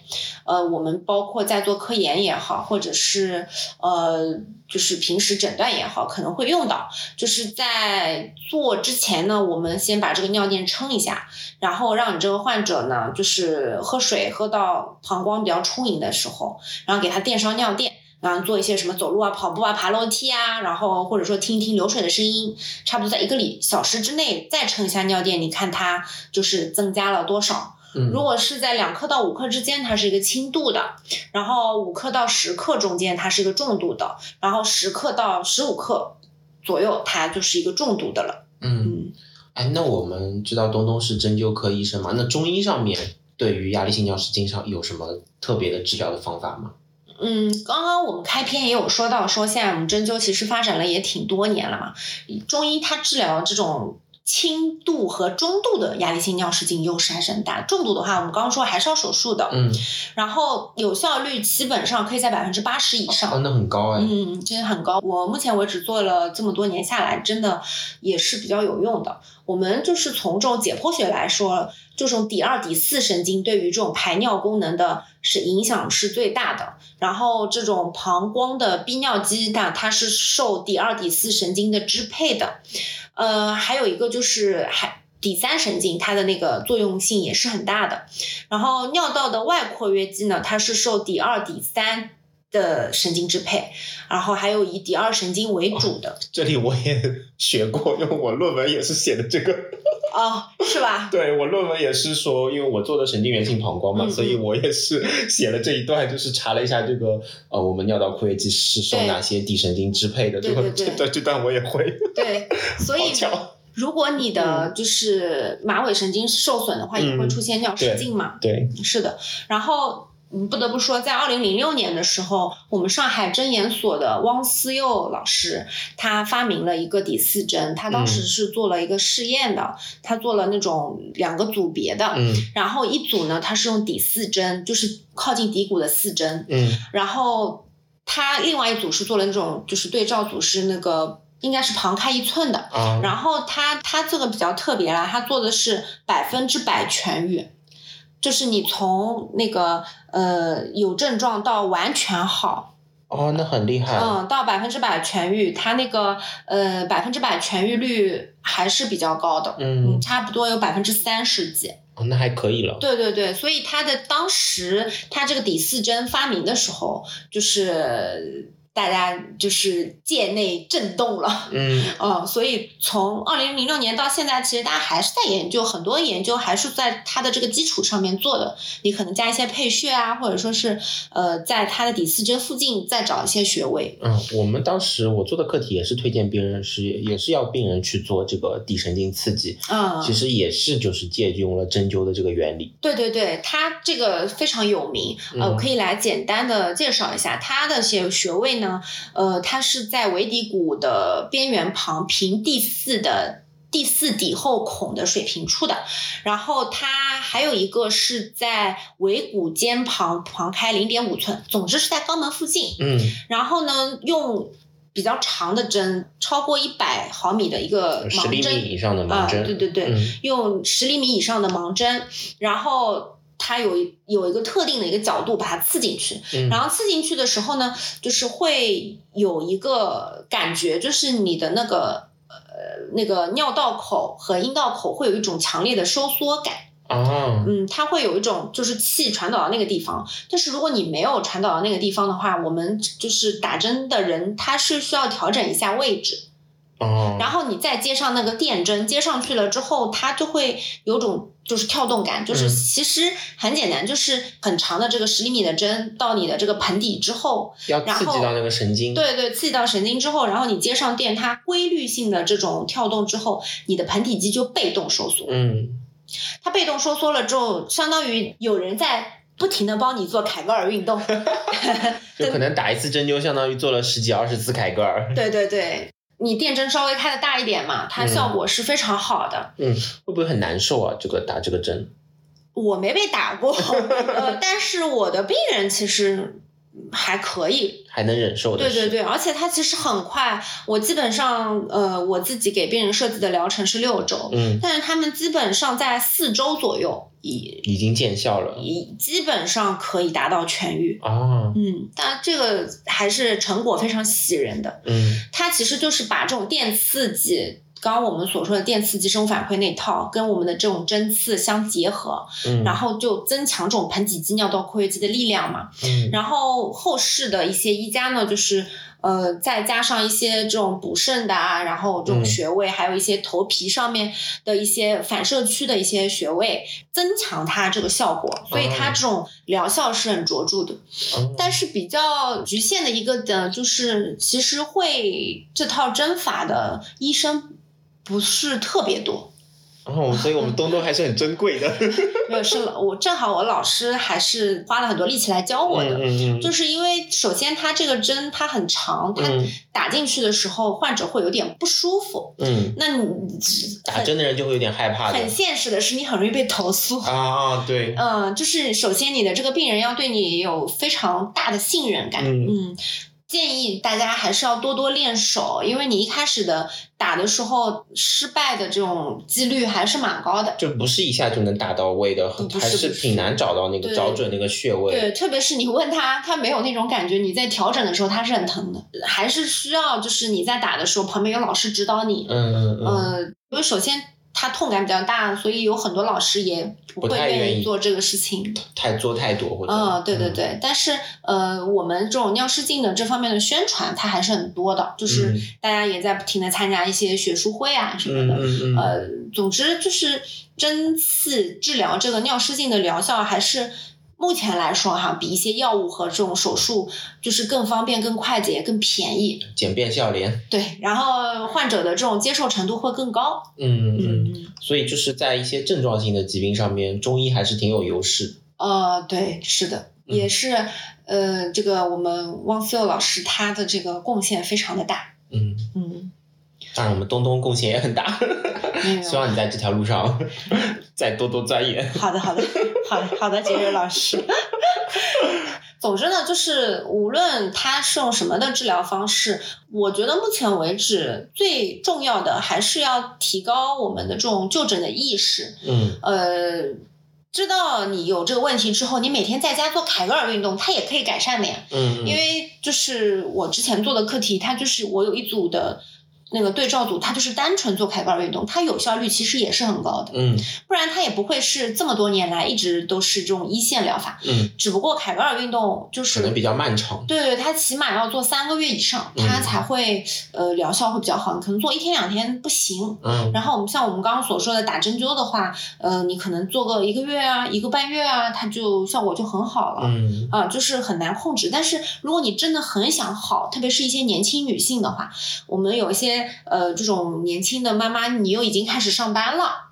Speaker 1: 呃，我们包括在做科研也好，或者是呃，就是平时诊断也好，可能会用到。就是在做之前呢，我们先把这个尿垫撑一下，然后让你这个患者呢，就是喝水喝到膀胱比较充盈的时候，然后给他垫上尿垫。然后做一些什么走路啊、跑步啊、爬楼梯啊，然后或者说听一听流水的声音，差不多在一个里小时之内再称一下尿垫，你看它就是增加了多少。
Speaker 2: 嗯，
Speaker 1: 如果是在两克到五克之间，它是一个轻度的；然后五克到十克中间，它是一个重度的；然后十克到十五克左右，它就是一个重度的了。
Speaker 2: 嗯，
Speaker 1: 嗯，
Speaker 2: 哎，那我们知道东东是针灸科医生嘛？那中医上面对于压力性尿失禁上有什么特别的治疗的方法吗？
Speaker 1: 嗯，刚刚我们开篇也有说到，说现在我们针灸其实发展了也挺多年了嘛。中医它治疗这种轻度和中度的压力性尿失禁优势还是很大，重度的话，我们刚刚说还是要手术的，
Speaker 2: 嗯，
Speaker 1: 然后有效率基本上可以在百分之八十以上。
Speaker 2: 哦，那很高哎。
Speaker 1: 嗯，真的很高。我目前为止做了这么多年下来，真的也是比较有用的。我们就是从这种解剖学来说，这种第二、第四神经对于这种排尿功能的是影响是最大的。然后这种膀胱的逼尿肌，它它是受第二、第四神经的支配的。呃，还有一个就是还。第三神经它的那个作用性也是很大的，然后尿道的外括约肌呢，它是受第二、第三的神经支配，然后还有以第二神经为
Speaker 2: 哦
Speaker 1: 主的
Speaker 2: 这里我也 <laughs> 学过，因为我论文也是写的这个。
Speaker 1: 哦，是吧？
Speaker 2: 对我论文也是说，因为我做的神经元性膀胱嘛，
Speaker 1: 嗯嗯
Speaker 2: 所以我也是写了这一段，就是查了一下这个呃，我们尿道括约肌是受
Speaker 1: 对
Speaker 2: 哪些底神经支配的，
Speaker 1: 对
Speaker 2: 这
Speaker 1: 对
Speaker 2: 个
Speaker 1: 对
Speaker 2: 这段这段我也会， <laughs>
Speaker 1: 对，所
Speaker 2: 好
Speaker 1: 以
Speaker 2: 巧。
Speaker 1: 如果你的就是马尾神经受损的话，也会
Speaker 2: 嗯
Speaker 1: 出现尿失
Speaker 2: 对
Speaker 1: 禁嘛。
Speaker 2: 对，
Speaker 1: 是的，然后嗯，不得不说，在二零零六年的时候，我们上海针研所的汪思佑老师，他发明了一个底四针，他当时
Speaker 2: 嗯
Speaker 1: 是做了一个试验的，他做了那种两个组别的，
Speaker 2: 嗯
Speaker 1: 然后一组呢，它是用底四针，就是靠近骶骨的四针，
Speaker 2: 嗯
Speaker 1: 然后他另外一组是做了那种就是对照组是那个应该是旁开一寸的，
Speaker 2: 啊，
Speaker 1: 然后他他这个比较特别啦，他做的是百分之百痊愈，就是你从那个呃有症状到完全好，
Speaker 2: 哦，那很厉害。
Speaker 1: 嗯，到百分之百痊愈，他那个呃百分之百痊愈率还是比较高的，
Speaker 2: 嗯，
Speaker 1: 差不多有百分之三十几。
Speaker 2: 哦那还可以了。
Speaker 1: 对对对，所以他的当时他这个底四针发明的时候，就是大家就是界内震动了。
Speaker 2: 嗯
Speaker 1: 嗯，所以从二零零六年到现在，其实大家还是在研究，很多研究还是在它的这个基础上面做的。你可能加一些配穴啊，或者说是呃，在它的底四针附近再找一些穴位。
Speaker 2: 嗯，我们当时我做的课题也是推荐病人是也是要病人去做这个底神经刺激，
Speaker 1: 嗯，
Speaker 2: 其实也是就是借用了针灸的这个原理。
Speaker 1: 对对对，它这个非常有名，呃，
Speaker 2: 嗯
Speaker 1: 我可以来简单的介绍一下它的些穴位呢，呃，它是在尾骶骨的边缘旁平第四的。第四骶后孔的水平处的，然后它还有一个是在尾骨间旁旁开零点五寸，总之是在肛门附近。
Speaker 2: 嗯
Speaker 1: 然后呢，用比较长的针，超过一百毫米的一个
Speaker 2: 呃十厘
Speaker 1: 盲针
Speaker 2: 米以上的
Speaker 1: 啊，
Speaker 2: 盲针。
Speaker 1: 对对对，
Speaker 2: 嗯
Speaker 1: 用十厘米以上的盲针，然后。它有一有一个特定的一个角度把它刺进去，
Speaker 2: 嗯
Speaker 1: 然后刺进去的时候呢，就是会有一个感觉，就是你的那个呃那个尿道口和阴道口会有一种强烈的收缩感。
Speaker 2: 啊，
Speaker 1: 嗯，它会有一种就是气传导到那个地方，但是如果你没有传导到那个地方的话，我们就是打针的人他是需要调整一下位置，
Speaker 2: 哦，
Speaker 1: 然后你再接上那个电针，接上去了之后，它就会有种就是跳动感，就是
Speaker 2: 嗯
Speaker 1: 其实很简单，就是很长的这个十厘米的针到你的这个盆底之后，
Speaker 2: 要
Speaker 1: 然
Speaker 2: 刺激
Speaker 1: 后
Speaker 2: 到那个神经，
Speaker 1: 对对，刺激到神经之后，然后你接上电，它规律性的这种跳动之后，你的盆底肌就被动收缩。
Speaker 2: 嗯，
Speaker 1: 它被动收缩了之后，相当于有人在不停的帮你做凯格尔运
Speaker 2: <laughs>
Speaker 1: 动。
Speaker 2: 就可能打一次针灸，相当于做了十几二十次凯格尔，
Speaker 1: 对对对，你电针稍微开的大一点嘛，它
Speaker 2: 嗯
Speaker 1: 效果是非常好的。
Speaker 2: 会不会很难受啊？这个打这个针，
Speaker 1: 我没被打
Speaker 2: <laughs>
Speaker 1: 过，呃，但是我的病人其实还可以，
Speaker 2: 还能忍受的
Speaker 1: 对
Speaker 2: 是，
Speaker 1: 对对，而且它其实很快，我基本上呃我自己给病人设计的疗程是六周，
Speaker 2: 嗯，
Speaker 1: 但是他们基本上在四周左右，以
Speaker 2: 已经见效了
Speaker 1: 以基本上可以达到痊愈。
Speaker 2: 啊，
Speaker 1: 嗯，但这个还是成果非常喜人的。
Speaker 2: 嗯
Speaker 1: 它其实就是把这种电刺激，刚刚我们所说的电刺激生物反馈那套，跟我们的这种针刺相结合，
Speaker 2: 嗯，
Speaker 1: 然后就增强这种盆底肌、尿道括约肌的力量嘛。
Speaker 2: 嗯
Speaker 1: 然后后世的一些医家呢，就是呃，再加上一些这种补肾的啊，然后这种
Speaker 2: 嗯
Speaker 1: 穴位，还有一些头皮上面的一些反射区的一些穴位，增强它这个效果。所以它
Speaker 2: 哦
Speaker 1: 这种疗效是很卓著的。
Speaker 2: 哦
Speaker 1: 但是比较局限的一个的，就是其实会这套针法的医生不是特别多。
Speaker 2: 哦，所以我们东东还是很珍贵的，
Speaker 1: 没有，是老我正好我老师还是花了很多力气来教我的。
Speaker 2: 嗯嗯嗯，
Speaker 1: 就是因为首先它这个针它很长，它
Speaker 2: 嗯
Speaker 1: 打进去的时候患者会有点不舒服。
Speaker 2: 嗯，
Speaker 1: 那你
Speaker 2: 打针的人就会有点害怕的
Speaker 1: 很现实的是，你很容易被投诉。
Speaker 2: 啊啊，对，
Speaker 1: <laughs> 嗯，就是首先你的这个病人要对你有非常大的信任感，
Speaker 2: 嗯
Speaker 1: 嗯。建议大家还是要多多练手，因为你一开始的打的时候失败的这种几率还是蛮高的。
Speaker 2: 就不是一下就能打到位的，
Speaker 1: 不不
Speaker 2: 还
Speaker 1: 是
Speaker 2: 是
Speaker 1: 不是
Speaker 2: 挺难找到那个
Speaker 1: 对
Speaker 2: 找准那个穴位。
Speaker 1: 对，特别是你问他，他没有那种感觉，你在调整的时候他是很疼的，还是需要就是你在打的时候旁边有老师指导你。
Speaker 2: 嗯嗯嗯，
Speaker 1: 呃，因为首先他痛感比较大，所以有很多老师也不
Speaker 2: 不
Speaker 1: 会
Speaker 2: 太愿
Speaker 1: 愿
Speaker 2: 意
Speaker 1: 意做这个事情。
Speaker 2: 太做太多或者
Speaker 1: 嗯，对对，对，但是呃，我们这种尿失禁的这方面的宣传，它还是很多的，就是
Speaker 2: 嗯
Speaker 1: 大家也在不停的参加一些学术会啊什么
Speaker 2: 嗯
Speaker 1: 的。
Speaker 2: 嗯嗯，
Speaker 1: 呃，总之就是针刺治疗这个尿失禁的疗效还是。目前来说哈，比一些药物和这种手术就是更方便、更快捷、更便宜，
Speaker 2: 简便笑脸，
Speaker 1: 对。然后患者的这种接受程度会更高，
Speaker 2: 嗯嗯，
Speaker 1: 嗯，
Speaker 2: 所以就是在一些症状性的疾病上面，中医还是挺有优势的。
Speaker 1: 呃，对，是的，
Speaker 2: 嗯
Speaker 1: 也是，呃，这个我们汪思佑老师他的这个贡献非常的大，
Speaker 2: 嗯，
Speaker 1: 嗯，
Speaker 2: 当然我们东东贡献也很大，
Speaker 1: 没
Speaker 2: <laughs> 希
Speaker 1: 有，
Speaker 2: 望你在这条
Speaker 1: <laughs>
Speaker 2: 路上再多多钻研。
Speaker 1: 好的， <laughs> 好的，好的，好的，杰瑞老师。 <laughs> 总之呢，就是无论他是用什么的治疗方式，我觉得目前为止最重要的还是要提高我们的这种就诊的意识，
Speaker 2: 嗯
Speaker 1: 呃。知道你有这个问题之后，你每天在家做凯格尔运动，它也可以改善的呀。
Speaker 2: 嗯，嗯
Speaker 1: 因为就是我之前做的课题，它就是我有一组的那个对照组，它就是单纯做凯格尔运动，它有效率其实也是很高的，
Speaker 2: 嗯
Speaker 1: 不然它也不会是这么多年来一直都是这种一线疗法。
Speaker 2: 嗯，
Speaker 1: 只不过凯格尔运动就
Speaker 2: 可
Speaker 1: 是
Speaker 2: 能比较漫长。
Speaker 1: 对对，它起码要做三个月以上，它
Speaker 2: 嗯
Speaker 1: 才会呃疗效会比较好，你可能做一天两天不行。
Speaker 2: 嗯
Speaker 1: 然后我们像我们刚刚所说的打针灸的话，呃，你可能做个一个月啊，一个半月啊，它就效果就很好了。
Speaker 2: 嗯
Speaker 1: 啊、就是很难控制。但是如果你真的很想好，特别是一些年轻女性的话，我们有一些呃这种年轻的妈妈，你又已经开始上班了，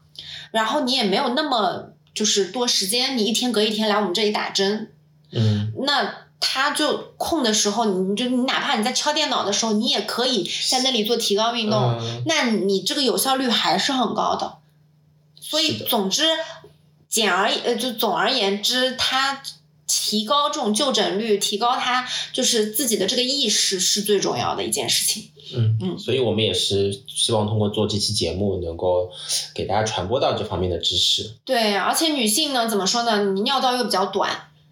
Speaker 1: 然后你也没有那么就是多时间，你一天隔一天来我们这里打针，
Speaker 2: 嗯，
Speaker 1: 那。她就空的时候，你就你哪怕你在敲电脑的时候，你也可以在那里做提高运动，
Speaker 2: 嗯
Speaker 1: 那你这个有效率还是很高的。所
Speaker 2: 是
Speaker 1: 以
Speaker 2: 的
Speaker 1: 总之，简而呃，就总而言之，它提高这种就诊率，提高他就是自己的这个意识是最重要的一件事情。
Speaker 2: 嗯
Speaker 1: 嗯
Speaker 2: 所以我们也是希望通过做这期节目，能够给大家传播到这方面的知识。
Speaker 1: 对，而且女性呢，怎么说呢？你尿道又比较短，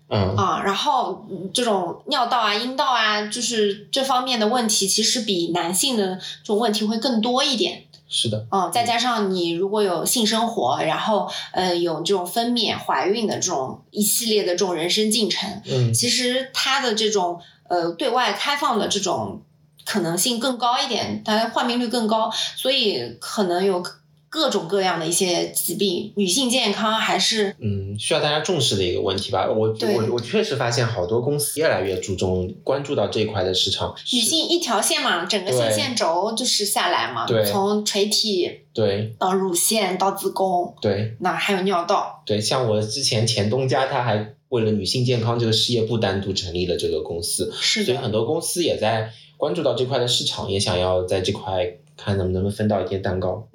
Speaker 2: 嗯，
Speaker 1: 啊，然后嗯这种尿道啊、阴道啊，就是这方面的问题，其实比男性的这种问题会更多一点。
Speaker 2: 是的，
Speaker 1: 嗯，再加上你如果有性生活，然后呃有这种分娩、怀孕的这种一系列的这种人生进程，
Speaker 2: 嗯
Speaker 1: 其实它的这种呃对外开放的这种可能性更高一点，它的患病率更高，所以可能有各种各样的一些疾病，女性健康还是
Speaker 2: 嗯，需要大家重视的一个问题吧。我
Speaker 1: 对
Speaker 2: 我我确实发现好多公司越来越注重关注到这一块的市场。
Speaker 1: 女性一条线嘛，整个性
Speaker 2: 对
Speaker 1: 线轴就是下来嘛
Speaker 2: 对，
Speaker 1: 从垂体
Speaker 2: 对
Speaker 1: 到乳腺到子宫，
Speaker 2: 对
Speaker 1: 那还有尿道。
Speaker 2: 对，像我之前前东家，他还为了女性健康这个事业部单独成立了这个公司，
Speaker 1: 是
Speaker 2: 所以很
Speaker 1: 的，
Speaker 2: 多公司也在关注到这块的市场，也想要在这块看能不能分到一点蛋糕。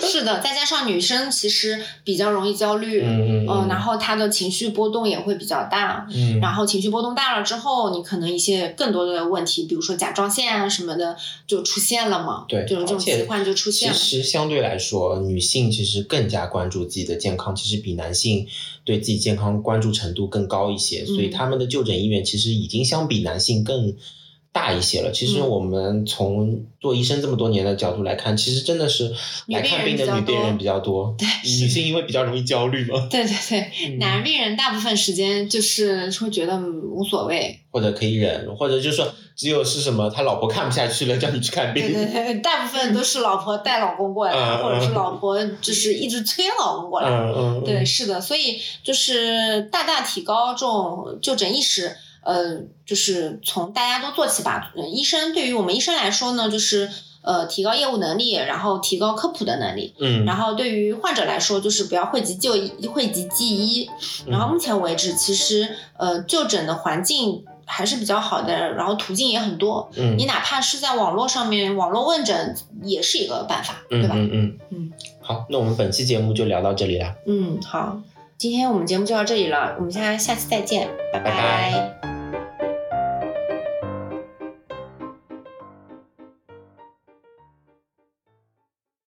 Speaker 1: 是的，再加上女生其实比较容易焦虑，呃
Speaker 2: 嗯嗯
Speaker 1: 哦然后她的情绪波动也会比较大。
Speaker 2: 嗯，
Speaker 1: 然后情绪波动大了之后，你可能一些更多的问题，比如说甲状腺啊什么的，就出现了嘛。
Speaker 2: 对
Speaker 1: 就是这种
Speaker 2: 而且
Speaker 1: 疾患就出现
Speaker 2: 其
Speaker 1: 了。
Speaker 2: 实相对来说，女性其实更加关注自己的健康，其实比男性对自己健康关注程度更高一些，所
Speaker 1: 嗯
Speaker 2: 以他们的就诊意愿其实已经相比男性更大一些了。其实
Speaker 1: 嗯
Speaker 2: 我们从做医生这么多年的角度来看，其实真的是
Speaker 1: 女
Speaker 2: 来
Speaker 1: 病
Speaker 2: 看
Speaker 1: 人
Speaker 2: 病
Speaker 1: 比
Speaker 2: 的
Speaker 1: 较
Speaker 2: 女病
Speaker 1: 多
Speaker 2: 人比较
Speaker 1: <laughs>
Speaker 2: 多，
Speaker 1: 对是
Speaker 2: 女性因为比较容易焦虑嘛，
Speaker 1: 对对对， <laughs>
Speaker 2: 嗯
Speaker 1: 男病人大部分时间就是会觉得嗯无所谓，
Speaker 2: 或者可以忍，或者就是说只有是什么他老婆看不下去了，叫你去看病。
Speaker 1: 对对对，大部分都是老婆带老公过来，
Speaker 2: 嗯嗯
Speaker 1: 或者是老婆就是一直催老公过来。
Speaker 2: 嗯嗯，嗯
Speaker 1: 对，，是的，所以就是大大提高这种就诊意识。呃，就是从大家都做起吧。呃医生对于我们医生来说呢，就是呃提高业务能力，然后提高科普的能力。
Speaker 2: 嗯，
Speaker 1: 然后对于患者来说，就是不要讳疾就医，讳疾忌医。
Speaker 2: 嗯
Speaker 1: 然后目前为止，其实呃就诊的环境还是比较好的，然后途径也很多。
Speaker 2: 嗯
Speaker 1: 你哪怕是在网络上面网络问诊也是一个办法，
Speaker 2: 嗯
Speaker 1: 对吧？
Speaker 2: 嗯嗯
Speaker 1: 嗯，
Speaker 2: 好，那我们本期节目就聊到这里啦。
Speaker 1: 嗯，好，今天我们节目就到这里了，我们下下期再见，
Speaker 2: 拜
Speaker 1: 拜
Speaker 2: 拜
Speaker 1: 拜